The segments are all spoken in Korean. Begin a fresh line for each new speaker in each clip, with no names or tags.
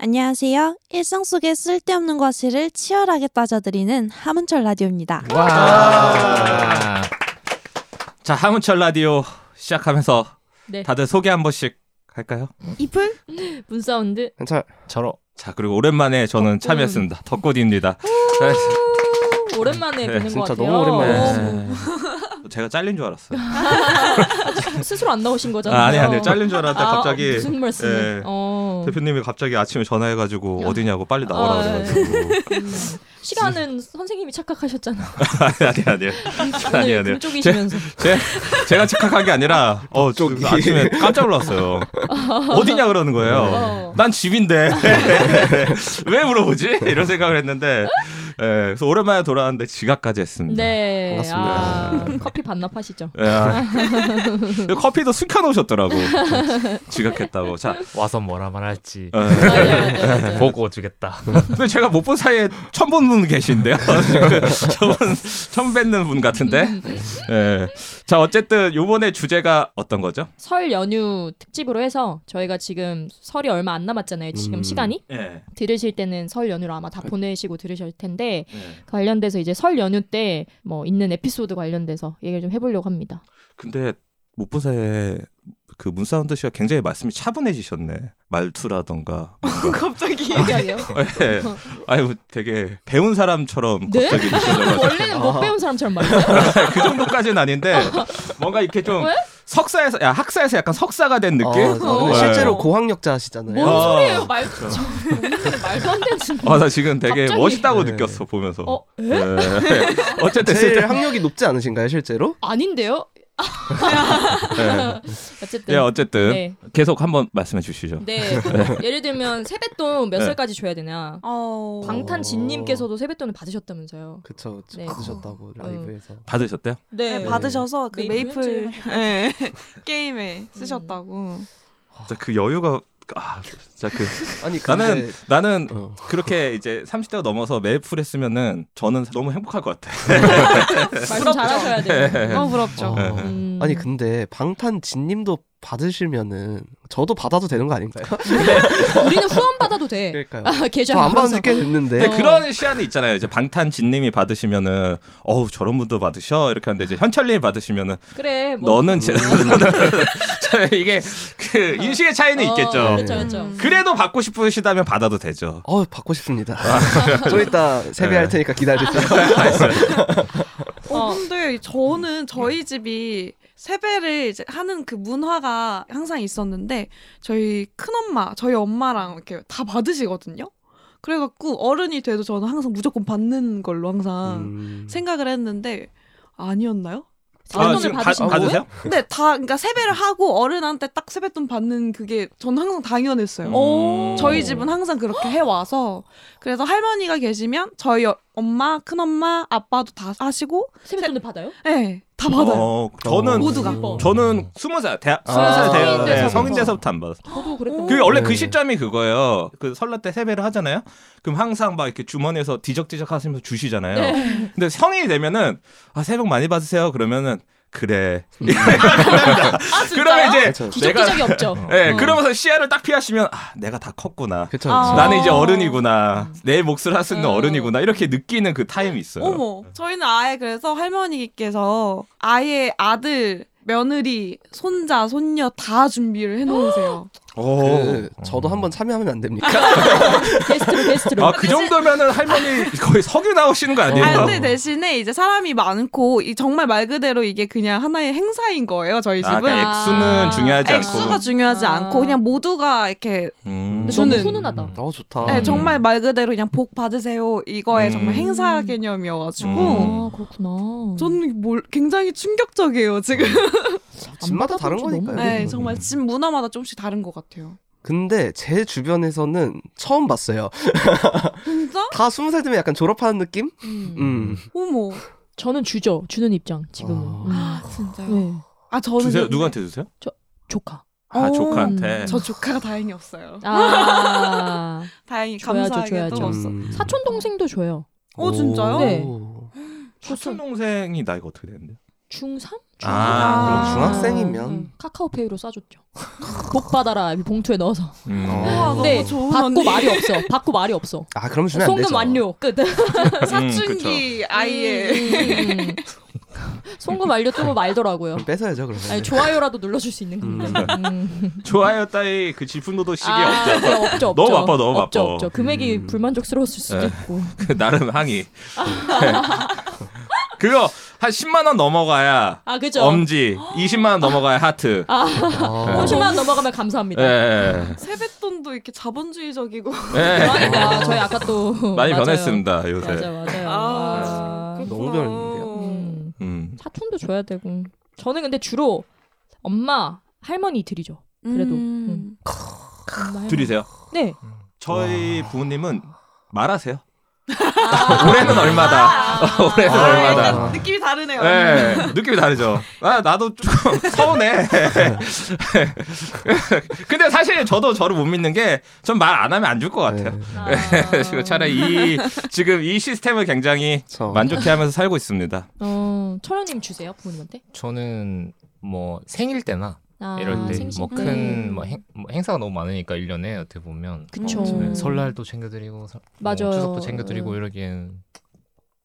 안녕하세요. 일상 속의 쓸데없는 과실을 치열하게 따져드리는 하문철 라디오입니다.
아.
와. 자, 하문철 라디오 시작하면서
네.
다들 소개 한 번씩 할까요?
이풀?
문사운드
괜찮.
저러
자, 그리고 오랜만에 저는
덕분.
참여했습니다. 덕꽃입니다.
오랜만에
네,
뵙는 것
진짜
같아요. 뭐
너무 오랜만에
네. 제가 잘린 줄 알았어요.
어, 스스로 안 나오신 거잖아요.
아, 아니 아니 잘린 줄 알았는데
아,
갑자기
무슨 말씀을?
예.
어.
대표님이 갑자기 아침에 전화해가지고 어디냐고 빨리 나오라
아,
그래가지고
시간은 선생님이 착각하셨잖아요.
아니 아니 아니 네. 아니
오늘
아니
금쪽이시면서
제, 제가 착각한 게 아니라 어 저기 아침에 깜짝 놀랐어요 어디냐 그러는 거예요
어.
난 집인데 왜 물어보지 이런 생각을 했는데 예, 그래서 오랜만에 돌아왔는데 지각까지 했습니다
네.
반갑습니다.
아, 커피 반납하시죠.
예. 커피도 숨겨놓으셨더라고 지각했다고 자
와서 뭐라 말할지
어.
예.
아,
네.
보고
아,
주겠다.
근데 제가 못 본 사이에 처음 본 분 계신데요. 처음, 처음 뵙는 분 같은데. 예. 자 어쨌든 요번에 주제가 어떤 거죠?
설 연휴 특집으로 해서 저희가 지금 설이 얼마 안 남았잖아요. 지금
음.
시간이
예.
들으실 때는 설 연휴로 아마 다 보내시고 들으실 텐데 관련돼서 이제 설 연휴 때 뭐 있는 에피소드 관련돼서 얘기를 좀 해보려고 합니다.
근데 못 본 사이에 그 문사운드 씨가 굉장히 말씀이 차분해지셨네. 말투라던가.
갑자기
아,
얘기하네요.
예. 아니 뭐 되게 배운 사람처럼
네?
갑자기 느껴져가지고
원래는 못 배운 사람처럼 말해요.
그 정도까지는 아닌데 뭔가 이렇게 좀
왜?
석사에서 야 학사에서 약간 석사가 된 느낌?
어.
아,
뭐?
근데 실제로
어.
고학력자시잖아요.
뭔
어.
소리예요? 말 본인은 말도 안 되는 소리.
아, 나 지금 되게
갑자기.
멋있다고
네.
느꼈어 보면서.
어?
예.
네,
어쨌든
제일
실제-
학력이 높지 않으신가요, 실제로?
아닌데요?
예.
어쨌든
예, 어쨌든
네.
계속 한번 말씀해 주시죠.
네. 예를 들면 세뱃돈 몇
네.
살까지 줘야 되냐?
어...
방탄진님께서도 세뱃돈을 받으셨다면서요?
그쵸, 그쵸.
네.
받으셨다고 라이브에서.
받으셨대요?
네,
네.
받으셔서 그
메이플
메이플 예, 게임에 쓰셨다고.
진짜 그 여유가 아, 진짜 그
아니 근데
나는 나는
어.
그렇게 이제 30대가 넘어서 메이플 했으면은 저는 너무 행복할 것 같아.
음, 말씀 잘하셔야 돼요.
너무 부럽죠.
어.
음.
아니 근데 방탄진님도 받으시면은 저도 받아도 되는 거 아닌가요?
우리는 후원 받아도 돼.
그러니까요.
아, 계좌
네. 저 안 받은
알아서.
지꽤 됐는데.
근데 네, 그런 시안이 있잖아요. 이제 방탄진님이 받으시면은 어우 저런 분도 받으셔 이렇게 하는데 이제 현철님이 받으시면은
그래. 뭐.
너는 제 자, 이게 그 인식의 차이는
어,
있겠죠.
그렇죠, 그렇죠.
음.
그래도 받고 싶으시다면 받아도 되죠.
어 받고 싶습니다.
아.
좀 이따
네.
세배할 테니까 기다리세요.
어.
어, 근데 저는 저희 집이 세배를 이제 하는 그 문화가 항상 있었는데 저희 큰엄마, 저희 엄마랑 이렇게 다 받으시거든요. 그래갖고 어른이 돼도 저는 항상 무조건 받는 걸로 항상
음.
생각을 했는데 아니었나요?
세뱃돈을
바-
받으신 거예요?
받으세요?
근데 다 그러니까 세배를 하고 어른한테 딱 세뱃돈 받는 그게 저는 항상 당연했어요.
오.
저희 집은 항상 그렇게 해 와서 그래서 할머니가 계시면 저희 어- 엄마, 큰엄마, 아빠도 다 하시고
세뱃돈을 받아요?
네, 다 받아요.
어, 저는
모두 모두가.
저는 스무 살 대학 스무
아,
살
성인
대학
돼서.
네, 성인 돼서부터 안 받았어.
저도 그랬던
그
것
원래
네.
그 시점이 그거예요. 그 설날 때 세배를 하잖아요. 그럼 항상 막 이렇게 주머니에서 뒤적뒤적 하시면서 주시잖아요.
네.
근데 성인이 되면은 아 새벽 많이 받으세요. 그러면은 그래.
아,
그러면 이제
그쵸.
내가
기적기적이 없죠.
예,
어.
그러면서 시야를 딱 피하시면 아 내가 다 컸구나.
그쵸.
아. 음.
그쵸.
나는 이제 어. 어른이구나. 내 몫을 할 수 있는
어.
어른이구나. 이렇게 느끼는 그 타임이 있어요.
어머, 저희는 아예 그래서 할머니께서 아예 아들, 며느리, 손자, 손녀 다 준비를 해놓으세요.
그 저도 한번 참여하면 안
네.
됩니까?
게스트로 게스트로.
아, 그 정도면은 할머니 거의 석유 나오시는 거 아니에요?
아, 근데 대신에 이제 사람이 많고 이 정말 말 그대로 이게 그냥 하나의 행사인 거예요. 저희
아,
집은
그러니까 액수는
아.
중요하지 않고.
액수가 중요하지
아.
않고 그냥 모두가 이렇게
음.
근데 너무
저는-
훈훈하다.
어 좋다.
네,
음.
정말 말 그대로 그냥 복 받으세요 이거에
음.
정말 행사 개념이어가지고
음.
아 그렇구나.
저는 뭘 굉장히 충격적이에요 지금.
음.
집마다 다른 거니까요.
네, 정말 집 문화마다 조금씩 다른 것 같아요.
근데 제 주변에서는 처음 봤어요.
진짜?
다 스무 살 되면 약간 졸업하는 느낌? 음.
어머.
저는 주죠. 주는 입장 지금은.
아 진짜요?
음. 네.
아 저는
주세요.
근데-
누구한테 주세요?
조카.
아 음,
어,
조카한테.
저 조카가 다행히 없어요.
아
다행히
줘야죠,
감사하게도
줘야죠.
없어.
음.
사촌 동생도 줘요.
어, 진짜요?
네.
오.
사촌 동생이 나이가 어떻게 되는데?
중3? 중2? 음.
아,
아.
중학생이면.
카카오페이로 쏴줬죠. 복 받아라 이 봉투에 넣어서.
음.
어.
너무
근데
좋은
받고
언니.
말이 없어. 받고 말이 없어.
아 그럼 주면 안 되죠.
송금 완료 끝.
음,
사춘기 아이의
음, 음, 음. 송금 완료 뜨고 말더라고요.
그럼 뺏어야죠 그러면.
아니 좋아요라도 눌러줄 수 있는 건데. 음.
좋아요 따위 그 질풍노도식이 없죠.
그래, 아, 네, 없죠, 없죠.
너무 바빠, 너무
없죠,
바빠.
없죠. 금액이
음.
불만족스러웠을 수도
네.
있고.
그 나름 항의. 네. 그거 한 10만 원 넘어가야
아 그죠.
엄지, 20만 원 넘어가야 하트.
아,
50만 원 넘어가면 감사합니다.
예, 예,
세뱃돈도 이렇게 자본주의적이고
예.
그러니까 저희 아까 또
많이
맞아요.
변했습니다 네. 요새.
맞아 맞아요.
아,
아,
너무
그렇구나.
변했는데요.
음,
음.
사촌도 줘야 되고. 저는 근데 주로 엄마 할머니 드리죠. 그래도. 음. 엄마, 할머니.
둘이세요?
네.
저희 부모님은 말하세요.
아,
올해는 얼마다. 올해는
아,
얼마다.
일단 느낌이 다르네요. 음.
예, 느낌이 다르죠. 아, 나도 조금 서운해. 근데 사실 저도 저를 못 믿는 게 전 말 안 하면 안 줄 것 같아요.
네,
그래서 차라리 이 지금 이 시스템을 굉장히
저
만족해하면서 살고 있습니다.
어, 철현님 주세요 부모님한테.
저는 뭐 생일 때나
아,
이럴
생신 때.
때뭐큰뭐 행사가 너무 많으니까 1년에 어떻게 보면
그쵸. 음.
네, 설날도 챙겨드리고 설- 뭐
맞아요.
추석도 챙겨드리고 이러기엔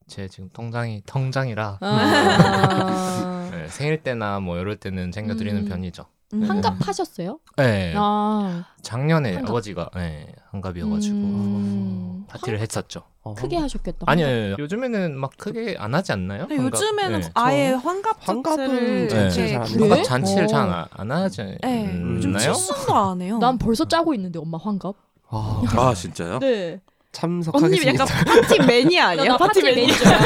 제 지금 통장이 통장이라
아,
네, 생일 때나 뭐 이럴 때는 챙겨드리는
음.
편이죠.
음.
환갑하셨어요?
네,
아,
작년에
환갑.
아버지가 네, 한갑이어가지고 아,
음.
파티를 했었죠.
어,
크게 하셨겠다.
아니요, 아니요. 요즘에는 막 크게 안 하지 않나요?
근데
환갑?
요즘에는
네.
아예 환갑
환갑은
자체를
네.
이렇게
잘
기-
안
뭔가
그래?
잔치를
어.
잘 안 하지 않나요?
네.
요즘
칠순도 안 해요.
난 벌써 짜고 있는데 엄마 환갑.
아,
아, 진짜요?
네.
언니
참석하겠습니다.
약간 파티 매니아
나,
아니에요?
나 파티 매니저야.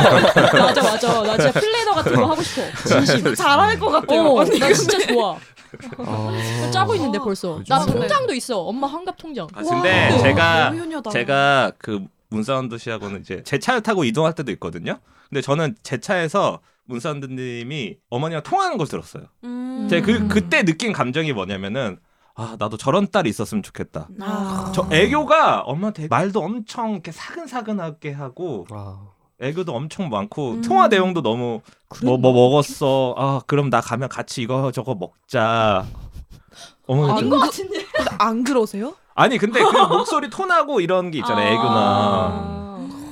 맞아 맞아. 나 진짜 플래너 같은 거 하고 싶어. 진심.
잘할 것 같아요.
어,
언니.
나 진짜 좋아.
어.
나 짜고 있는데 벌써. 나
요즘에.
통장도 있어. 엄마 환갑 통장.
아, 근데
와,
제가
너무 효녀다.
제가 그 문사운드 씨하고는 이제 제 차를 타고 이동할 때도 있거든요. 근데 저는 제 차에서 문사운드님이 어머니랑 통화하는 걸 들었어요.
음.
제가 그
음.
그때 느낀 감정이 뭐냐면은 아 나도 저런 딸이 있었으면 좋겠다.
아.
저 어. 애교가 엄마한테 말도 엄청 이렇게 사근사근하게 하고
아,
애교도 엄청 많고
음.
통화 내용도 너무 뭐 뭐 먹었어. 아 그럼 나 가면 같이 이거 저거 먹자. 어머니
아닌
좀-
것
같은데.
안 그러세요?
아니 근데 그 목소리 톤하고 이런 게 있잖아요. 애교나.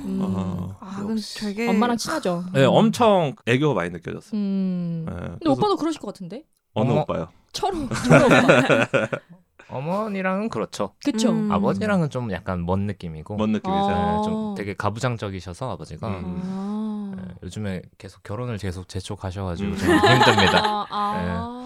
음.
어.
아, 근데 되게
엄마랑 친하죠.
네, 엄청 애교가 많이 느껴졌어요.
음.
네,
근데
그래서
오빠도 그러실 것 같은데.
어느
어머.
오빠요?
철호. 철호 오빠.
어머니랑은 그렇죠.
그쵸.
음.
아버지랑은 좀 약간 먼 느낌이고
뭔 느낌이세요?
아.
네, 좀 되게 가부장적이셔서 아버지가
음.
아.
네, 요즘에 계속 결혼을 계속 재촉하셔가지고
음.
좀 힘듭니다.
아, 아.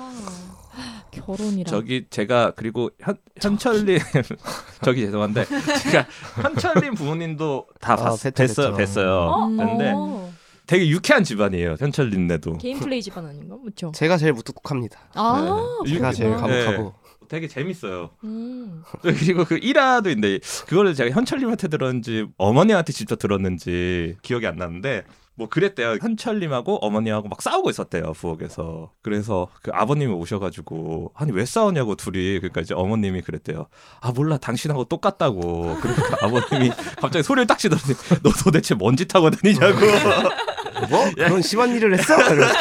네.
결혼이라.
저기 제가 그리고 현, 현철님 저기 죄송한데 제가 현철님 부모님도 다
아,
봤,
뵀죠,
뵀어요
뵀죠.
뵀어요.
어?
근데
어.
되게 유쾌한 집안이에요 현철님네도.
개인 플레이 집안 아닌가? 그렇죠.
제가 제일 무뚝뚝합니다.
아,
네.
제가 제일
네.
감옥하고.
되게 재밌어요.
음.
그리고 그 1화도 있는데 그거를 제가 현철님한테 들었는지 어머니한테 직접 들었는지 기억이 안 나는데 뭐 그랬대요. 현철님하고 어머니하고 막 싸우고 있었대요 부엌에서. 그래서 그 아버님이 오셔가지고 아니 왜 싸우냐고 둘이 그러니까 이제 어머님이 그랬대요. 아 몰라 당신하고 똑같다고. 그러니까 아버님이 갑자기 소리를 딱 치더니 너 도대체 뭔 짓 하고 다니냐고.
뭐
예.
그런 심한 일을 했어? 이러면서.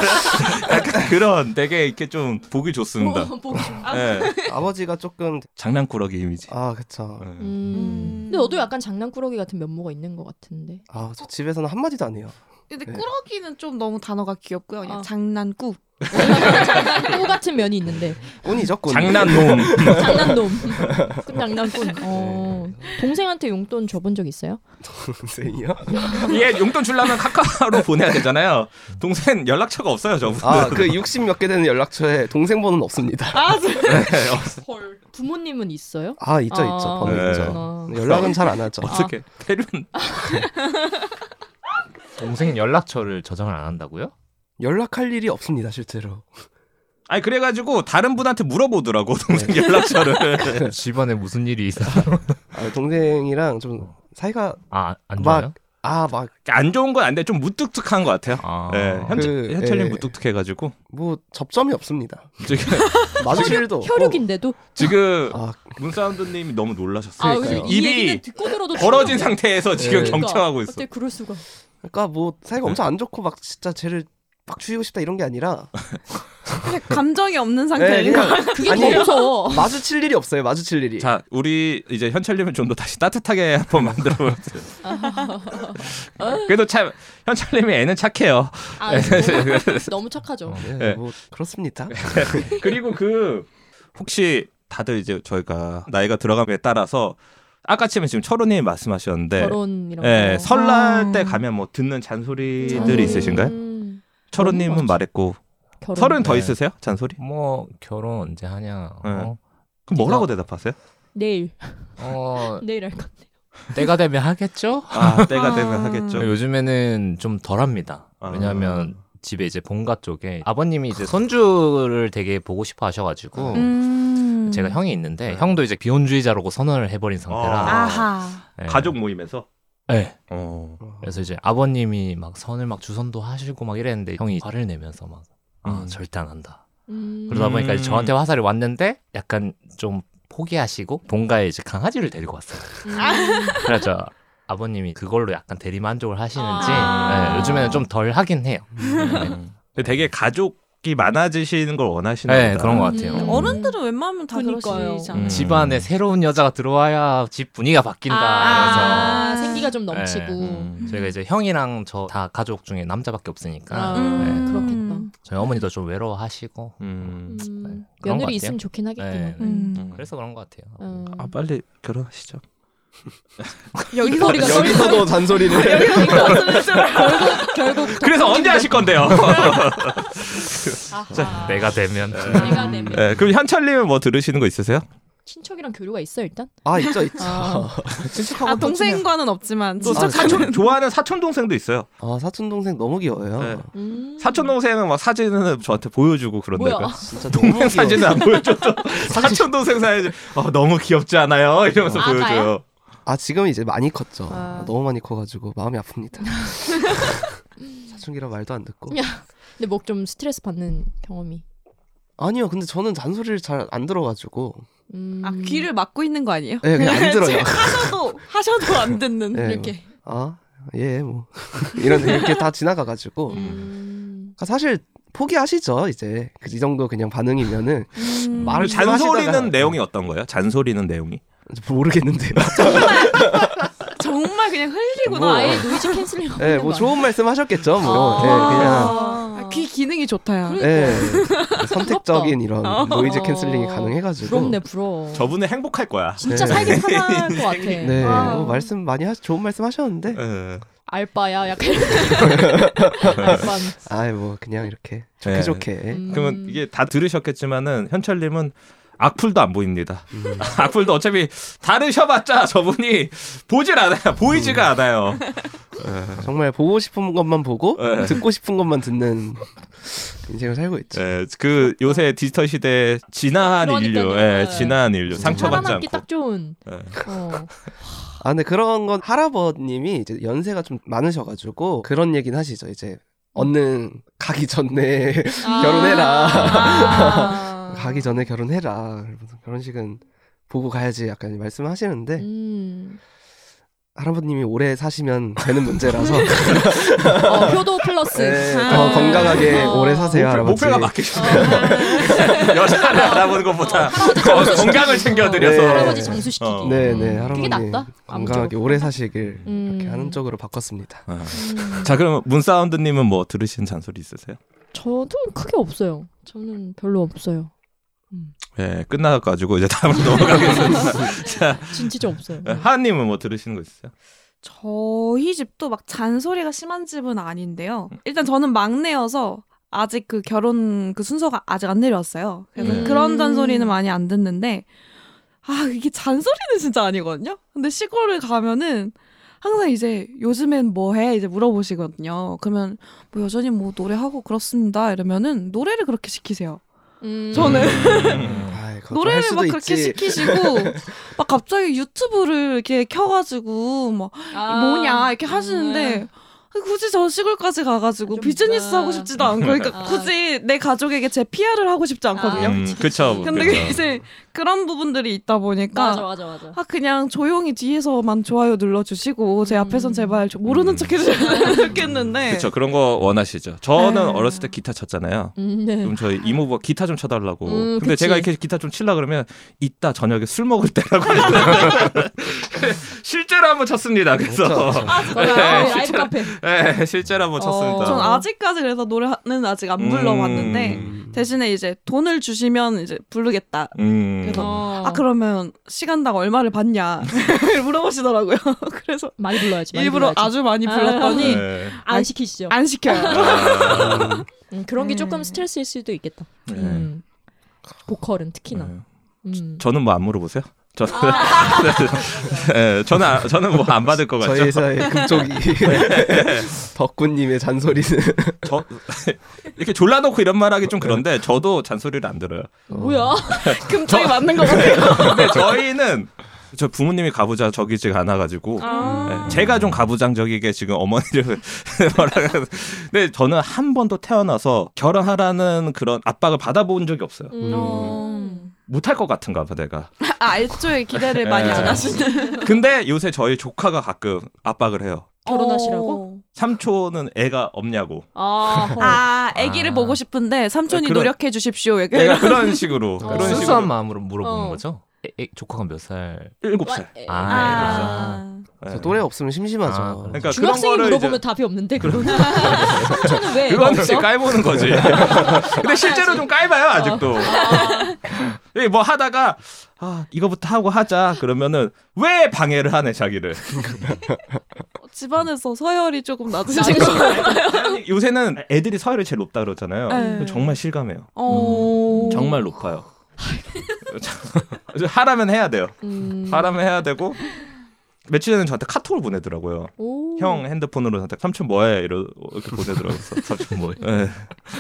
약간 그런 되게 이렇게 좀 보기 좋습니다.
어, 보기 좋아.
예.
아버지가 조금
장난꾸러기 이미지.
아 그쵸.
예.
음. 근데 너도 약간 장난꾸러기 같은 면모가 있는 것 같은데.
아저 집에서는 한 마디도 안 해요.
근데
네.
꾸러기는 좀 너무 단어가 귀엽고요. 그냥
어.
장난꾸.
장난꾸 같은 면이 있는데.
꾼이죠 꾼.
장난놈.
장난놈.
네.
장난꾼. 어. 동생한테 용돈 줘본 적 있어요?
동생이요?
얘 용돈 주려면 카카오로 보내야 되잖아요. 동생 연락처가 없어요, 저분.
아그 60 몇 개 되는 연락처에 동생 번호는 없습니다.
아,
네.
헐. 부모님은 있어요?
아 있죠
아,
있죠 번호
네.
있죠.
아.
연락은 잘 안 하죠.
어떻게? 페륜.
동생 연락처를 저장을 안 한다고요?
연락할 일이 없습니다 실제로.
아니 그래가지고 다른 분한테 물어보더라고
네.
동생 연락처를.
집안에 무슨 일이 있어?
아, 동생이랑 좀 사이가
아안
막-
좋아요?
아 막
안 좋은 건 아닌데 좀 무뚝뚝한 것 같아요.
아,
예, 현철
그,
현철님
예.
무뚝뚝해가지고
뭐 접점이 없습니다.
지금
마주 일도
혈육인데도.
지금
아,
문사운드님이 너무
아,
놀라셨어요. 네.
근데
그러니까요.
이
입이
얘기는 듣고 들어도 그러니까
벌어진
충격이야.
상태에서 지금
예.
경청하고 있어.
어때 그럴 수가.
네. 그러니까 뭐 사이가 엄청 안 좋고 막 진짜 쟤를 막 죽이고 싶다 이런 게 아니라
근데 감정이 없는 상태인 거.
네, 그냥
그게
아니,
더 무서워.
마주칠 일이 없어요. 마주칠 일이.
자, 우리 이제 현철님을 좀 더 다시 따뜻하게 한번 만들어 보세요. 그래도 참 현철님이 애는 착해요.
아, 너무, 너무 착하죠.
어.
네,
예.
뭐 그렇습니다.
그리고 그 혹시 다들 이제 저희가 나이가 들어감에 따라서 아까쯤에 지금 철호님 말씀하셨는데
네. 결혼 이런
예,
거.
설날 때
아.
가면 뭐 듣는 잔소리들이
잔소리.
있으신가요?
음,
철호님은
맞죠.
말했고
결혼.
설은 더
네.
있으세요? 잔소리?
뭐 결혼 언제 하냐?
네.
어?
그럼 뭐라고 대답하세요?
내일
어,
내일 할 건데.
때가 되면 하겠죠?
아 때가
아.
되면 하겠죠.
요즘에는 좀 덜합니다.
아.
왜냐하면 집에 이제 본가 쪽에 아버님이 이제 손주를 되게 보고 싶어 하셔가지고
음.
제가 형이 있는데
네.
형도 이제 비혼주의자라고 선언을 해버린 상태라
아.
아하.
네.
가족 모임에서.
네.
어.
그래서 이제 아버님이 막 선을 막 주선도 하시고 막 이랬는데 형이 화를 내면서 막 아,
음.
절대 안 한다.
음.
그러다 보니까 이제
음.
저한테 화살이 왔는데 약간 좀 포기하시고 본가에 이제 강아지를 데리고 왔어요.
음.
그래서 아버님이 그걸로 약간 대리만족을 하시는지
아.
네, 요즘에는 좀 덜 하긴 해요.
근데 되게 가족이 많아지시는 걸 원하시는
네,
거다.
그런 것 같아요.
음.
어른들은 웬만하면 다
그러니까요.
그러시잖아요.
음.
집안에 새로운 여자가 들어와야 집 분위기가 바뀐다.
아.
그래서
아, 생기가 좀 넘치고.
음.
저희가 이제 형이랑 저 다 가족 중에 남자밖에 없으니까
아,
음.
네.
그렇겠다.
저희 어머니도 좀 외로워하시고
음.
음,
그런 것 같아요.
며느리 있으면 좋긴 하겠구나.
네.
음.
음.
그래서 그런 것 같아요.
음.
아 빨리 결혼하시죠.
여기서 우리가
아, 여기서도 잔소리를.
그러니까 아,
결국
그래서 언제 하실 건데요?
아하.
내가 되면
내가 내면
네, 그럼 현철님은 뭐 들으시는 거 있으세요?
친척이랑 교류가 있어 일단.
아 있죠 있죠.
아.
친척하고
아
또 친해요.
동생과는 없지만
또
진짜
아,
가족
사촌 좋아하는 사촌 동생도 있어요.
아 사촌 동생 너무 귀여워요.
네.
음.
사촌 동생은 막 사진을 저한테 보여주고
뭐야?
그런다고.
진짜 너무
동생
귀여워.
사진은 안 보여줘도 사촌 동생 사진 어, 너무 귀엽지 않아요? 이러면서
아,
보여줘요.
아 지금 이제 많이 컸죠.
아.
너무 많이 커가지고 마음이 아픕니다. 사춘기라 말도 안 듣고.
근데 뭐 좀 스트레스 받는 경험이.
아니요, 근데 저는 잔소리를 잘 안 들어가지고.
음.
아, 귀를 막고 있는 거 아니에요?
예, 그냥 안 들어요.
하셔도 하셔도 안 듣는
네.
이렇게.
아, 예, 뭐 이런 이렇게 다 지나가가지고.
음.
그러니까 사실 포기하시죠 이제 그 이 정도 그냥 반응이면은
음.
말을 잘-
잔소리는
하시다가-
내용이 어떤 거예요? 잔소리는 내용이?
모르겠는데요.
정말 그냥 흘리구나.
뭐.
아예.
아예 노이즈 캔슬링.
예, 뭐 좋은 말씀하셨겠죠. 뭐,
아.
아, 귀 기능이 좋다야.
예, 그냥 예, 선택적인 이런
음. 어.
노이즈 캔슬링이 가능해가지고.
부럽네 부러워.
저분은 행복할 거야.
진짜
네.
살기 편할 것 같아.
네,
아.
뭐 말씀 많이 하, 좋은 말씀하셨는데.
예.
알바야 약간. 알바.
아이 뭐 그냥 이렇게 좋게
예.
음.
좋게
그러면 이게 다 들으셨겠지만은 현철님은 악플도 안 보입니다. 악플도 어차피 다르셔봤자 저분이 보질 않아요. 보이지가 않아요. 네.
정말 보고 싶은 것만 보고
예.
듣고 싶은 것만 듣는 인생을 살고 있죠.
예, 그 요새 디지털 시대 진화한 인류,
그러니까요. 네.
예, 진화한 인류 상처받지
살아남기
않고.
딱 좋은.
예.
어.
아 근데 그런 건 할아버님이 이제 연세가 좀 많으셔가지고 그런 얘긴 하시죠. 이제 얻는 가기 전에 결혼해라.
아.
가기 전에 결혼해라. 그러면서 결혼식은 보고 가야지 약간 말씀하시는데
네.
음.
할아버님이 오래 사시면 되는 문제라서
어, 효도 플러스.
네.
예,
아.
더 건강하게
어.
오래 사세요 할아버지.
목표, 가 바뀌셨네요. 여자를 알아보는 것보다 어, 건강을 챙겨드려서.
네.
할아버지 정수시키기.
어.
네네
그게
할아버님
낫다.
건강하게
아무쪼록.
오래
네.
사시길
음.
이렇게 하는 쪽으로 바꿨습니다.
어.
음.
자, 그럼 문사운드님은 뭐 들으신 잔소리 있으세요?
저도 크게 없어요. 저는 별로 없어요.
예, 끝나가지고 이제 다음으로 넘어가겠습니다.
진- 진짜 없어요.
예, 하하님은 뭐 들으시는 거 있으세요?
저희 집도 막 잔소리가 심한 집은 아닌데요.
음.
일단 저는 막내여서 아직 그 결혼 그 순서가 아직 안 내려왔어요. 그래서
네.
그런
음.
잔소리는 많이 안 듣는데 아 이게 잔소리는 진짜 아니거든요. 근데 시골을 가면은 항상 이제 요즘엔 뭐해 이제 물어보시거든요. 그러면 뭐 여전히 뭐 노래하고 그렇습니다 이러면은 노래를 그렇게 시키세요.
음.
저는
음.
아이, 그거 좀할
노래를
수도
막 그렇게
있지.
시키시고 막 갑자기 유튜브를 이렇게 켜가지고 뭐 막
아. 네.
뭐냐 이렇게 하시는데 굳이 저 시골까지 가가지고
좀
비즈니스
아.
하고 싶지도 않고 그러니까
아.
굳이 내 가족에게 제 PR을 하고 싶지
아.
않거든요.
음, 그쵸.
근데
그쵸.
이제 그런 부분들이 있다 보니까
맞아 맞아 맞아.
아 그냥 조용히 뒤에서만 좋아요 눌러주시고 제
음.
앞에선 제발 좀 모르는
음.
척 해주셨으면 좋겠는데
그쵸 그런 거 원하시죠. 저는
네.
어렸을 때 기타 쳤잖아요.
음, 네.
그럼 저희 이모부가 기타 좀 쳐달라고.
음,
근데
그치.
제가 이렇게 기타 좀 칠라 그러면 이따 저녁에 술 먹을 때라고 했는데 실제로 한번 쳤습니다.
그렇죠.
그래서
아 정말
네,
라이브
실제로-
카페.
예, 실제로 한번 쳤습니다.
전
어.
아직까지 그래서 노래는 아직 안 불러봤는데
음.
대신에 이제 돈을 주시면 이제 부르겠다.
음.
그래서-
어.
아 그러면 시간당 얼마를 받냐 물어보시더라고요. 그래서
많이 불러야지. 많이
일부러
불러야지.
아주 네. 많이
아.
불렀더니
예.
안 시키시죠.
안 시켜요.
아,
음, 그런 게 조금
네.
스트레스일 수도 있겠다.
예.
음. 보컬은 특히나. 아.
예.
음.
저는 뭐 안 물어보세요? 저는 예, 저는 아- 저는 뭐 안 받을 것 같죠.
저희 회사의 금쪽이 덕구님의 잔소리는
저 이렇게 졸라놓고 이런 말하기 좀 그런데 저도 잔소리를 안 들어요.
뭐야?
금쪽이 맞는 거 같아요.
네.
근데 저희는 저 부모님이 가부장 적이지 않아가지고
아.
예.
네, 제가 좀 가부장적이게 지금 어머니를 뭐라고 근데 저는 한 번도 태어나서 결혼하라는 그런 압박을 받아본 적이 없어요.
음.
어.
못할 것 같은가 봐 내가.
아, 애초에 기대를 많이
네.
안 하시는
근데 요새 저희 조카가 가끔 압박을 해요.
결혼하시라고?
삼촌은 애가 없냐고.
아,
어.
헐.
아, 아기를
아.
보고 싶은데 삼촌이
그런-
노력해 주십시오. 약간
내가 그런 식으로 그런
순수한
식으로
마음으로 물어보는
어.
거죠? 에, 에, 조카가 몇 살?
일곱 살.
에,
아,
아,
예.
저 또래 없으면 심심하죠.
아, 그래.
그러니까 그런
중학생이
거를
물어보면
이제
답이 없는데 그럼 삼촌은 왜
그건 이제
없어?
깔보는 거지. 근데 실제로 좀 깔봐요 아직도.
어.
이게 뭐 하다가 아 이거부터 하고 하자 그러면은 왜 방해를 하네 자기를.
어, 집안에서 서열이 조금 낮으신
낮으신
것
것
같아요.
요새는 애들이 서열이 제일 높다 그러잖아요.
네.
정말 실감해요.
어.
정말 높아요. 하라면 해야 돼요.
음.
하라면 해야 되고 며칠 전에 저한테 카톡을 보내더라고요.
오.
형 핸드폰으로 저한테 삼촌 뭐해 이러 이렇게 보내더라고요. 삼촌 뭐해? 네.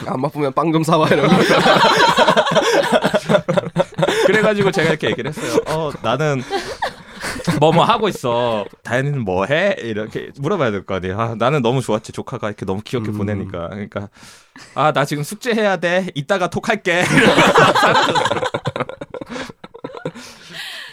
안 바쁘면 빵 좀 사와 이러고
아.
그래가지고 제가 이렇게 얘기를 했어요. 어 나는 뭐 뭐 하고 있어. 다현이는 뭐해? 이렇게 물어봐야 될 거 아니에요. 아, 나는 너무 좋았지. 조카가 이렇게 너무 귀엽게
음.
보내니까. 그러니까 아 나 지금 숙제 해야 돼. 이따가 톡 할게.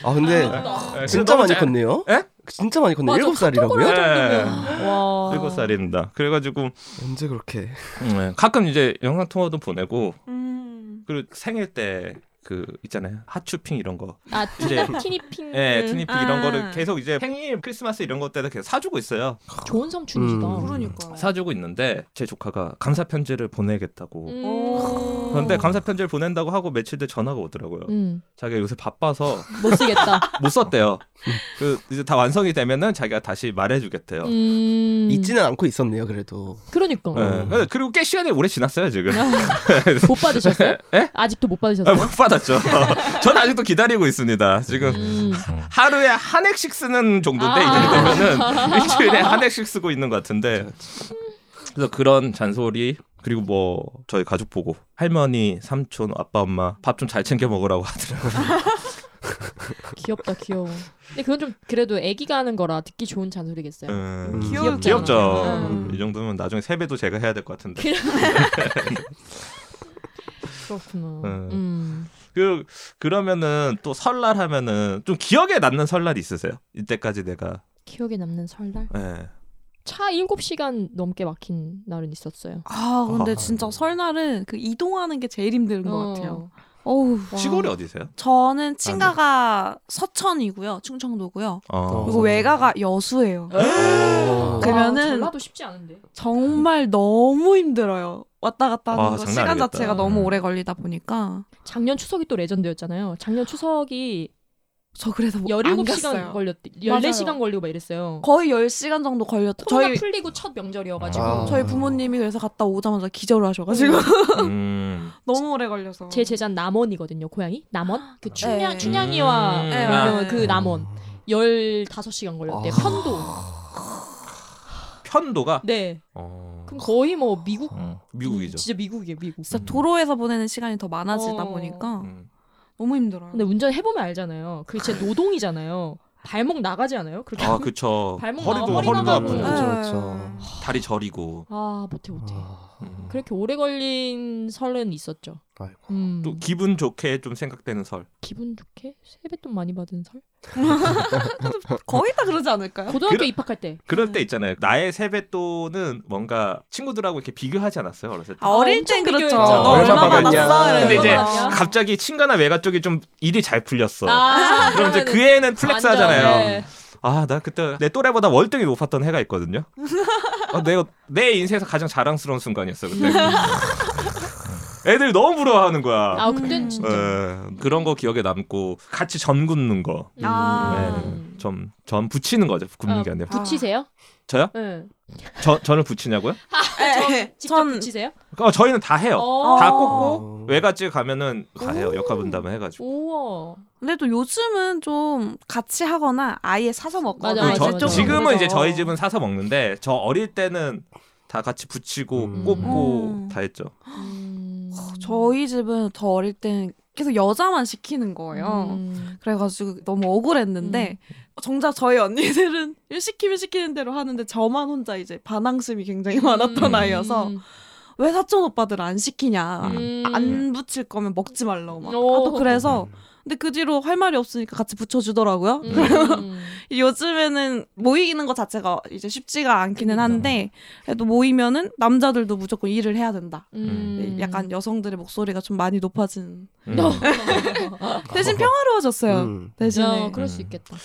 아 근데 진짜 많이 컸네요.
에?
진짜 많이 컸네.
맞아,
일곱 살이라고요?
와.
예. 일곱 살입니다. 그래가지고
언제 그렇게?
네, 가끔 이제 영상 통화도 보내고
음.
그리고 생일 때 그 있잖아요 하츄핑 이런 거,
아,
이제-
티니- 티니핑.
예,
음.
티니핑
아.
이런 거를 계속 이제 생일, 크리스마스 이런 것 때도 계속 사주고 있어요.
좋은 삼촌이시다.
음.
어.
그러니까.
사주고 있는데 제 조카가 감사 편지를 보내겠다고.
음.
오.
그런데 감사 편지를 보낸다고 하고 며칠 뒤에 전화가 오더라고요.
음.
자기가 요새 바빠서
못 쓰겠다.
못 썼대요. 그 이제 다 완성이 되면은 자기가 다시 말해주겠대요.
음.
있지는 않고 있었네요. 그래도
그러니까.
예, 근데 그리고 꽤 시간이 오래 지났어요 지금.
음. 못 받으셨어요?
예?
아직도 못
아,
받으셨어요?
못 받았죠. 전 아직도 기다리고 있습니다. 지금
음.
하루에 한 액씩 쓰는 정도인데
아.
이 정도면은 일주일에 한 액씩 쓰고 있는 것 같은데 그래서 그런 잔소리 그리고 뭐 저희 가족 보고 할머니 삼촌 아빠 엄마 밥 좀 잘 챙겨 먹으라고 하더라고요
귀엽다, 귀여워. 근데 그건 좀 그래도 아기가 하는 거라 듣기 좋은 잔소리겠어요.
음,
귀엽죠.
귀엽죠
음.
이 정도면 나중에 세배도 제가 해야 될 것 같은데
그렇구나.
음.
음.
그 그러면은 또 설날 하면은 좀 기억에 남는 설날 있으세요 이때까지 내가
기억에 남는 설날?
예.
차 7시간 넘게 막힌 날은 있었어요.
아 근데 진짜 설날은 그 이동하는 게 제일 힘든 것 같아요. 어우
와.
시골이 어디세요?
저는 친가가 서천이고요, 충청도고요.
어.
그리고 외가가 여수예요.
어.
그러면은-
아, 전라도 쉽지 않은데.
정말 너무 힘들어요. 왔다 갔다 하는
아,
거
장난
시간
아니겠다. 음.
자체가 너무 오래 걸리다 보니까
작년 추석이 또 레전드였잖아요. 작년 추석이
저 그래서 뭐
열일곱
안
17시간
갔어요.
걸렸대.
맞아요.
14시간 걸리고 막 이랬어요.
거의 10시간 정도 걸렸죠.
코로나
저희
풀리고 첫 명절이어가지고
아.
저희 부모님이 그래서 갔다 오자마자 기절을 하셔가지고
음.
너무 오래 걸려서
제 제자 남원이거든요. 고향이 남원 그 춘향
네.
춘향이와
음.
네,
어,
네.
그 남원
음.
15시간 걸렸대.
아.
편도.
편도가
네.
어,
그럼 거의 뭐 미국
음.
미국이죠.
진짜 미국이에요, 미국.
진짜 도로에서 보내는 시간이 더 많아지다
어.
보니까
음.
너무 힘들어요.
근데 운전해보면 알잖아요. 그게 제 노동이잖아요. 발목 나가지 않아요? 그렇죠. 그렇게
아 그쵸.
발목
허리도
나와, 허리
허리도
나가고.
아프고
네.
그렇죠.
다리 저리고.
아 못해 못해.
아,
음.
그렇게 오래 걸린 설은 있었죠.
아이고.
음.
또 기분 좋게 좀 생각되는 설.
기분 좋게 세뱃돈 많이 받은 설?
거의 다 그러지 않을까요?
고등학교
그래-
입학할 때.
그럴 때 있잖아요. 나의 세뱃돈은 뭔가 친구들하고 이렇게 비교하지 않았어요 어렸을 때.
아, 어릴
엄청
땐 그렇죠.
비교했죠.
너
얼마
얼마
받았냐.
받았어?
근데 이제
이러면서. 아.
갑자기 친가나 외가 쪽이 좀 일이 잘 풀렸어.
아,
그럼 이제 그
그러면은
애는 플렉스
완전,
하잖아요.
네.
아 나 그때 내 또래보다 월등히 높았던 해가 있거든요. 아, 내가 내 인생에서 가장 자랑스러운 순간이었어 그때. 음. 애들이 너무 부러워하는 거야.
아 그때는
음.
진짜.
에, 그런 거 기억에 남고 같이 전 굽는 거.
아.
음.
좀 전 붙이는 거죠. 굽는
아,
게 아니라.
부-
붙이세요?
저요?
응.
저 전을 붙이냐고요?
예,
직접
전
붙이세요?
어, 저희는 다 해요.
어.
네. 다
어.
꽂고 외갓집 가면은 다 해요.
오.
역할분담을 해가지고.
우와.
근데 또 요즘은 좀 같이 하거나 아예 사서 먹거나
맞아, 그렇죠.
그 저-
이제 좀
지금은
그래서.
이제 저희 집은 사서 먹는데 저 어릴 때는 다 같이 붙이고
음.
꽂고
어.
음.
다 했죠.
음.
저희 집은 더 어릴 때는 계속 여자만 시키는 거예요.
음.
그래가지고 너무 억울했는데 정작 저희 언니들은 일 시키면 시키는 대로 하는데 저만 혼자 이제 반항심이 굉장히 많았던
음.
아이여서 왜 사촌 오빠들 안 시키냐
음.
안 붙일 거면 먹지 말라고 막
오.
음.
나도 그래서 근데 그 뒤로 할 말이 없으니까 같이 붙여주더라고요
음.
요즘에는 모이는 것 자체가 이제 쉽지가
음.
않기는 한데 그래도 모이면은 남자들도 무조건 일을 해야 된다 네,
음.
약간 네. 여성들의 목소리가 좀 많이 높아진
음.
대신 평화로워졌어요
아. 음.
대신에
야, 그럴 수
음.
있겠다.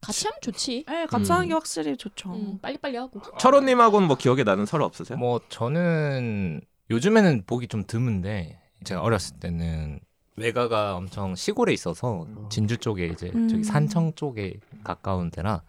같이 하면 좋지.
네, 같이
음.
하는 게 확실히 좋죠.
음, 빨리빨리 하고.
철호님하고는 뭐 기억에 나는 설 없으세요?
뭐 저는 요즘에는 보기 좀 드문데
음.
제가 어렸을 때는 외가가 엄청 시골에 있어서
음.
진주 쪽에 이제
음.
저기 산청 쪽에 가까운 데라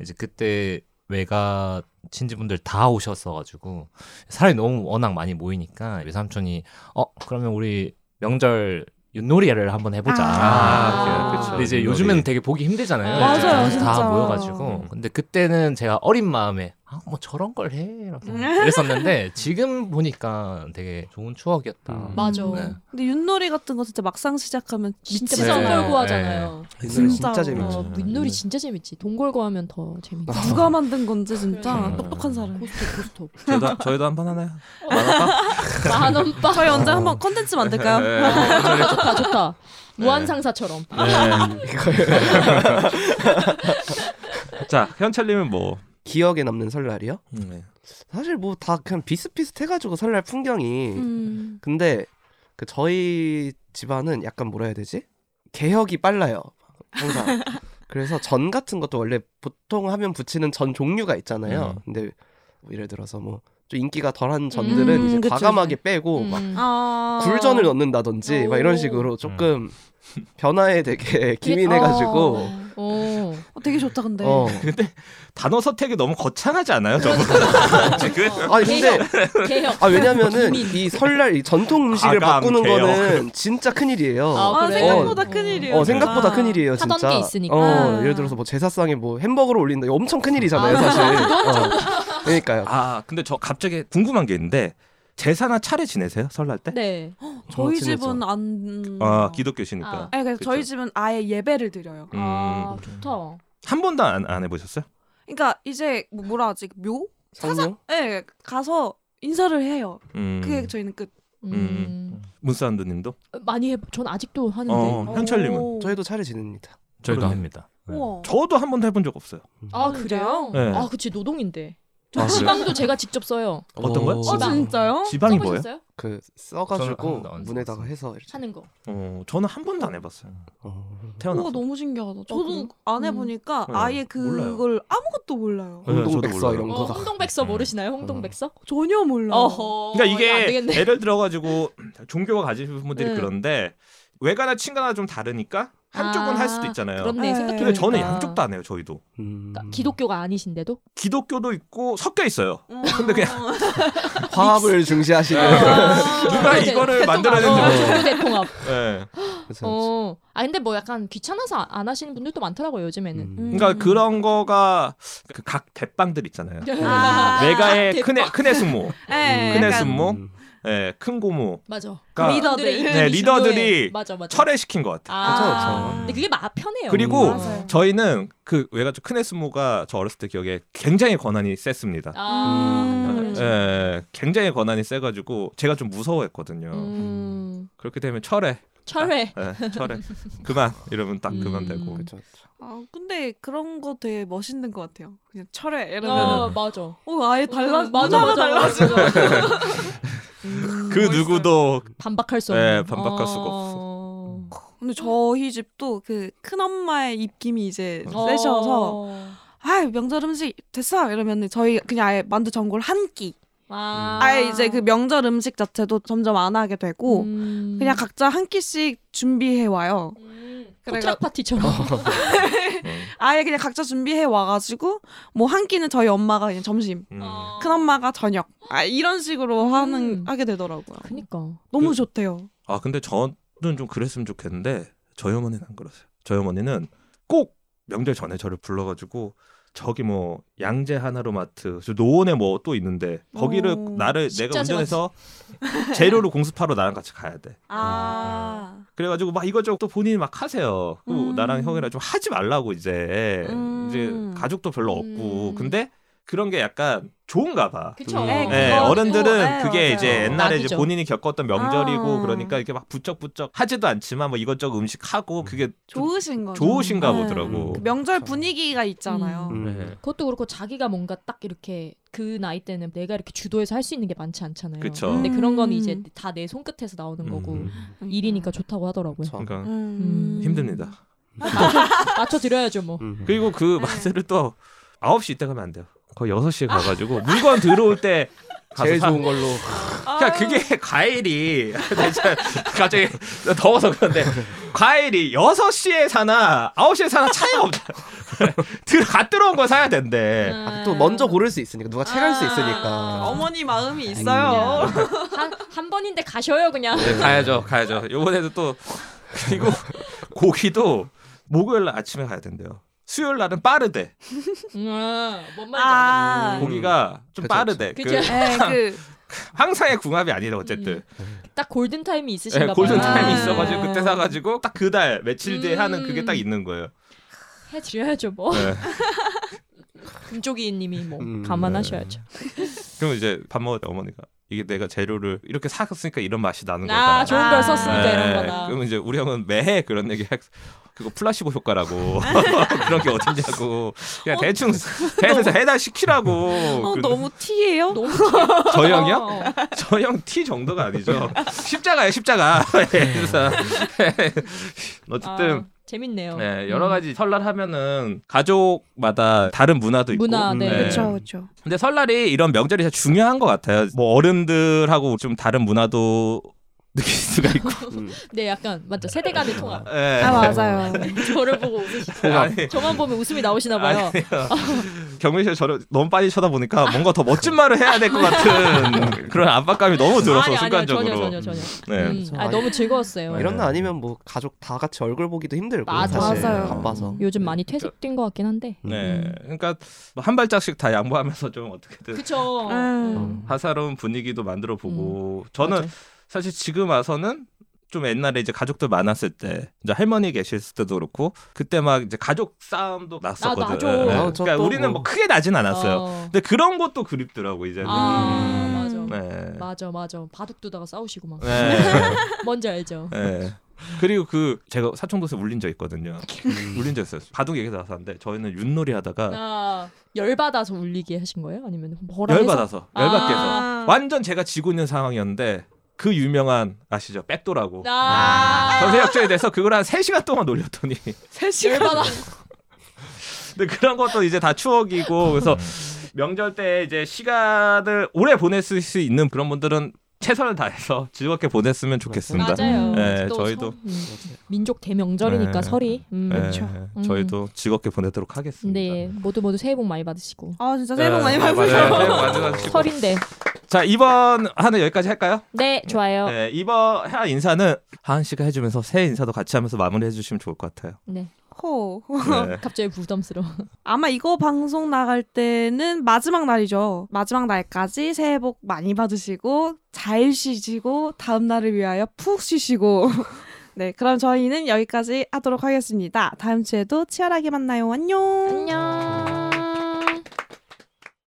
이제 그때 외가 친지분들 다 오셨어가지고 사람이 너무 워낙 많이 모이니까 외삼촌이 어 그러면 우리 명절 윷놀이를 한번 해보자.
아,
아.
그래요. 그쵸.
근데 이제
윷놀이.
요즘에는 되게 보기 힘들잖아요.
맞아요,
이제 다
진짜.
모여가지고. 어, 근데 그때는 제가 어린 마음에 아, 뭐 저런 걸 해. 이러면서 그랬었는데 지금 보니까 되게 좋은 추억이었다.
음.
맞아.
네.
근데 윷놀이 같은 거 진짜 막상 시작하면
진짜
미치잖아요.
돈
네.
걸고 하잖아요.
옛날에
진짜
진짜
재밌죠.
재밌죠.
어,
음.
윷놀이 진짜 재밌지. 돈 걸고 하면 더 재밌어.
누가 만든 건지
그렇죠.
진짜
음.
그래.
똑똑한 사람.
음. 고스톱 고스톱.
저희도, 저희도 한번 하나요? 만화가?
만 원빵.
저희 언제 한번 컨텐츠 만들까요?
네.
아, 좋다 좋다. 무한상사처럼.
자 현철님은 뭐?
기억에 남는 설날이요?
네.
사실 뭐 다 그냥 비슷비슷해가지고 설날 풍경이.
음.
근데 그 저희 집안은 약간 뭐라 해야 되지? 개혁이 빨라요. 항상. 그래서 전 같은 것도 원래 보통 하면 붙이는 전 종류가 있잖아요.
음.
근데 뭐 예를 들어서 뭐 좀 인기가 덜한 전들은
음,
이제
그쵸,
과감하게 빼고
뭐
음.
막
아...
굴전을 넣는다든지 막 이런
오.
식으로 조금 변화에 되게 기민해가지고 어.
오.
어, 되게 좋다 근데.
단어 선택이 너무 거창하지 않아요? 저거? 지금?
아니 근데
개혁.
아 왜냐면은 이 설날 이 전통 음식을
과감
바꾸는
개혁.
거는 진짜 큰 일이에요.
아,
아
그래?
생각보다
어.
큰 일이에요.
어 생각보다
진짜.
큰 일이에요
하던
진짜.
게 있으니까. 아.
어 예를 들어서 뭐 제사상에 뭐 햄버거를 올린다 이거 엄청 큰 일이잖아요 사실. 어. 그러니까요.
아 근데 저 갑자기 궁금한 게 있는데 제사나 차례 지내세요 설날 때?
네.
저희
어, 진짜.
집은 안.
아 기독교시니까
아.
아니, 그래서 저희
그쵸.
집은 아예 예배를 드려요.
음.
아 좋다.
한 번도 안, 안 해보셨어요?
그러니까 이제 뭐 뭐라 하지 묘?
성령?
네 가서 인사를 해요.
음.
그게 저희는 끝.
음.
음. 문사운드님도?
많이 해. 전 아직도 하는데.
어, 현철님은?
오.
저희도 차례 지냅니다.
저희도
그러네요.
합니다. 네.
우와.
저도 한 번도 해본 적 없어요.
음.
아 그래요?
네.
아 그치 노동인데.
아,
저
그래요?
지방도 제가 직접 써요.
어떤 거요?
어,
어 진짜요?
지방이 뭐예요?
써보셨어요?
그
저는 한
써가지고
번도 안
문에다가
써봤어요.
해서 이렇게.
하는 거.
어, 저는 한 번도 안 해봤어요.
어.
우와
태어나서.
너무 신기하다.
그래요?
저도 안 해보니까
음.
아예
몰라요.
그걸 아무것도 몰라요.
네, 저도
운동백서
몰라요.
이런
어,
거.
홍동백서 모르시나요? 홍동백서?
전혀 몰라요.
어허.
네. 음. 그러니까
이거 안
이게
되겠네.
예를 들어가지고 종교가 가지신 분들이
네.
그런데 외가나 친가나 좀 다르니까 한쪽은
아, 그러니까.
할 수도 있잖아요.
그렇네.
네.
생각해
근데 저는
보니까.
양쪽 다 안 해요. 저희도
음.
그러니까 기독교가 아니신데도
기독교도 있고 섞여 있어요.
음.
근데 그냥
화합을
네.
중시하시는.
아,
누가 이거를 만들어냈는지 모르겠어요.
종교 대통합.
예.
그래서
어. 아 근데 뭐 약간 귀찮아서 안 하시는 분들도 많더라고요 요즘에는.
음.
음.
그러니까 그런 거가 그 각 대빵들 있잖아요.
아,
외가의
대빵.
큰애 큰애 숙모,
네,
큰애
약간
음.
숙모, 예, 큰 고모가
맞아.
리더들.
네, 리더들이
맞아, 맞아.
철회시킨 것 같아요.
아,
그쵸, 그쵸.
어.
근데 그게 막 편해요.
그리고
맞아요.
저희는 그 외가쪽 큰애스모가 저 어렸을 때 기억에 굉장히 권한이 셌습니다.
아,
음.
그렇죠.
예, 굉장히 권한이 세가지고 제가 좀 무서워했거든요.
음.
그렇게 되면 철회,
철회.
예, 철회, 그만 이러면 딱 그만
음.
되고.
그렇죠.
아 근데 그런 거 되게 멋있는 것 같아요. 그냥 철회 이러면
어, 맞아.
어 아예 네, 달라
음, 맞아,
문화가
맞아,
달라지.
맞아.
그
멋있어요.
누구도
반박할 수 없는.
예, 반박할 수가 없어.
어.
근데 저희 집도 그 큰 엄마의 입김이 이제
어.
세셔서
어.
아 명절 음식 됐어 이러면 저희 그냥 아예 만두 전골 한 끼.
아.
아예 이제 그 명절 음식 자체도 점점 안 하게 되고
음.
그냥 각자 한 끼씩 준비해 와요.
음.
그래가-
포트락 파티처럼.
어,
아예 그냥 각자 준비해 와가지고 뭐 한 끼는 저희 엄마가 그냥 점심,
음.
어.
큰 엄마가 저녁, 아 이런 식으로 하는
음.
하게 되더라고요.
그니까.
너무
그-
좋대요.
아 근데 저는 좀 그랬으면 좋겠는데 저희 어머니는 안 그러세요. 저희 어머니는 꼭 명절 전에 저를 불러가지고 저기 뭐 양재 하나로마트 저 노원에 뭐 또 있는데 거기를
오,
나를 내가
십자지
운전해서 재료를 공습하러 나랑 같이 가야 돼.
아,
그래가지고 막 이것저것 또 본인이 막 하세요. 그리고
음.
나랑 형이랑 좀 하지 말라고 이제
음.
이제 가족도 별로 없고
음.
근데 그런 게 약간 좋은가 봐.
그쵸.
네,
예,
그거
어른들은
네,
그게
맞아요.
이제 옛날에 이제
낙이죠.
본인이 겪었던 명절이고
아.
그러니까 이렇게 막 부쩍부쩍 하지도 않지만 뭐 이것저것 음식 하고 그게 좀
좋으신 거죠.
좋으신가
네.
보더라고.
그 명절 분위기가
어.
있잖아요.
음.
네.
그것도 그렇고 자기가 뭔가 딱 이렇게 그 나이 때는 내가 이렇게 주도해서 할 수 있는 게 많지 않잖아요.
그쵸.
근데 그런 건 이제
음.
다 내 손끝에서 나오는 거고
음.
일이니까 좋다고 하더라고요.
그쵸.
그러니까
음. 네.
힘듭니다.
맞춰 드려야죠 뭐.
음.
그리고 그 마트를 또 9시 이때 가면 안 돼요. 거의 6시에
아.
가가지고 물건 들어올 때 가서
제일
사-
좋은 걸로
그러니까
아.
그게 과일이 진짜 갑자기 더워서 그런데 과일이 6시에 사나 9시에 사나 차이가 없잖아. 들갓 들어온 거 사야 된대.
아,
음.
또 먼저 고를 수 있으니까 누가 체할 수
아.
있으니까.
어머니 마음이 있어요.
한, 한 번인데 가셔요 그냥.
네, 가야죠. 가야죠. 요번에도 또 그리고 고기도 목요일 날 아침에 가야 된대요. 수요일 날은 빠르대.
뭐.
음,
아,
뭔 말인지 알아.
아,
음.
고기가 좀
그쵸,
빠르대.
그쵸.
그
그쵸.
네, 그
항상의 궁합이 아니라 어쨌든
딱 골든 타임이 있으신가
예,
음, 봐요.
골든 타임이
아.
있어가지고 그때 사가지고 딱 그달 며칠 뒤에 하는 그게
음.
딱 있는 거예요.
해 드려야죠 뭐.
네.
금쪽이 님이 뭐
음,
감안하셔야죠.
그럼 이제 밥 먹을 때 어머니가 이게 내가 재료를 이렇게 사갔으니까 이런 맛이 나는 거다.
아, 좋은 걸
아.
썼습니다
예,
이런 거다.
네. 그럼 이제 우리 형은 매해 그런 얘기 할 그거 플라시보 효과라고 그런 게 어딨냐고 그냥 대충 대충 해다 시키라고
어,
그-
너무 티예요.
너무
저 형이요?
어.
저 형 티 정도가 아니죠 십자가예요 십자가
네.
그래서 어쨌든
아, 재밌네요.
네, 여러 가지 설날 하면은 가족마다 다른 문화도 있고
문화
음,
네.
네.
그렇죠, 그렇죠.
근데 설날이 이런 명절이 진짜 중요한 것 같아요. 뭐 어른들하고 좀 다른 문화도 느낄 수가 있고.
음.
네, 약간 맞죠. 세대 간의 통합.
예.
아 맞아요.
저를 보고 웃으시죠.
아니,
저만 보면 웃음이 나오시나 아, 봐요.
경민 씨가 저를 너무 빨리 쳐다보니까 뭔가 더 멋진 말을 해야 될 것 같은 그런 압박감이 너무 들어서
아니, 아니요,
순간적으로.
전혀 전혀 전혀.
네.
음,
그렇죠.
아, 너무 즐거웠어요.
네.
이런 날 아니면 뭐 가족 다 같이 얼굴 보기도 힘들고
맞아.
사실
맞아요.
바빠서.
요즘 많이 퇴색된 것 같긴 한데.
네. 그러니까 뭐한 발짝씩 다 양보하면서 좀 어떻게든
음. 그쵸.
아.
음.
화사로운 분위기도 만들어 보고
음.
저는 사실 지금 와서는 좀 옛날에 이제 가족들 많았을 때 이제 할머니 계실 때도 그렇고 그때 막 이제 가족 싸움도 났었거든요.
나죠.
예.
아, 저도
그러니까 우리는 뭐
뭐.
크게 나진 않았어요.
어.
근데 그런 것도 그립더라고 이제는.
아, 맞아.
음.
네.
맞아, 맞아. 바둑 두다가 싸우시고 막.
네.
뭔지 알죠?
네. 그리고 그 제가 사촌도에서 울린 적 있거든요. 울린 적 있어요. 바둑 얘기 나서 왔는데 저희는 윷놀이 하다가
아, 열받아서 울리게 하신 거예요? 아니면 뭐라
열
해서?
받아서 열 받게 해서
아.
완전 제가 지고 있는 상황이었는데 그 유명한 아시죠? 백도라고.
아,
전세역전에 대해서 그걸 한 3시간 동안 놀렸더니
세 시간.
열받아.
근데 그런 것도 이제 다 추억이고 그래서
음.
명절 때 이제 시간을 오래 보냈을 수 있는 그런 분들은 최선을 다해서 즐겁게 보냈으면 좋겠습니다.
맞아요.
네,
또
저희도.
설- 음, 민족 대명절이니까
네.
설이. 음.
네, 그러니까.
그렇죠.
음.
저희도 즐겁게 보내도록 하겠습니다.
네, 모두 모두 새해 복 많이 받으시고.
아 진짜 새해 복 많이
네, 맞아요.
받으세요.
새해 복 많이 받으시고.
설인데.
자 이번 하는 여기까지 할까요? 예,
네, 좋아요.
네, 이번 하 인사는 하은 씨가 해주면서 새해 인사도 같이 하면서 마무리해 주시면 좋을 것 같아요.
네.
호.
네.
갑자기 부담스러워.
아마 이거 방송 나갈 때는 마지막 날이죠. 마지막 날까지 새해 복 많이 받으시고 잘 쉬시고 다음 날을 위하여 푹 쉬시고 네 그럼 저희는 여기까지 하도록 하겠습니다. 다음 주에도 치열하게 만나요. 안녕.
안녕.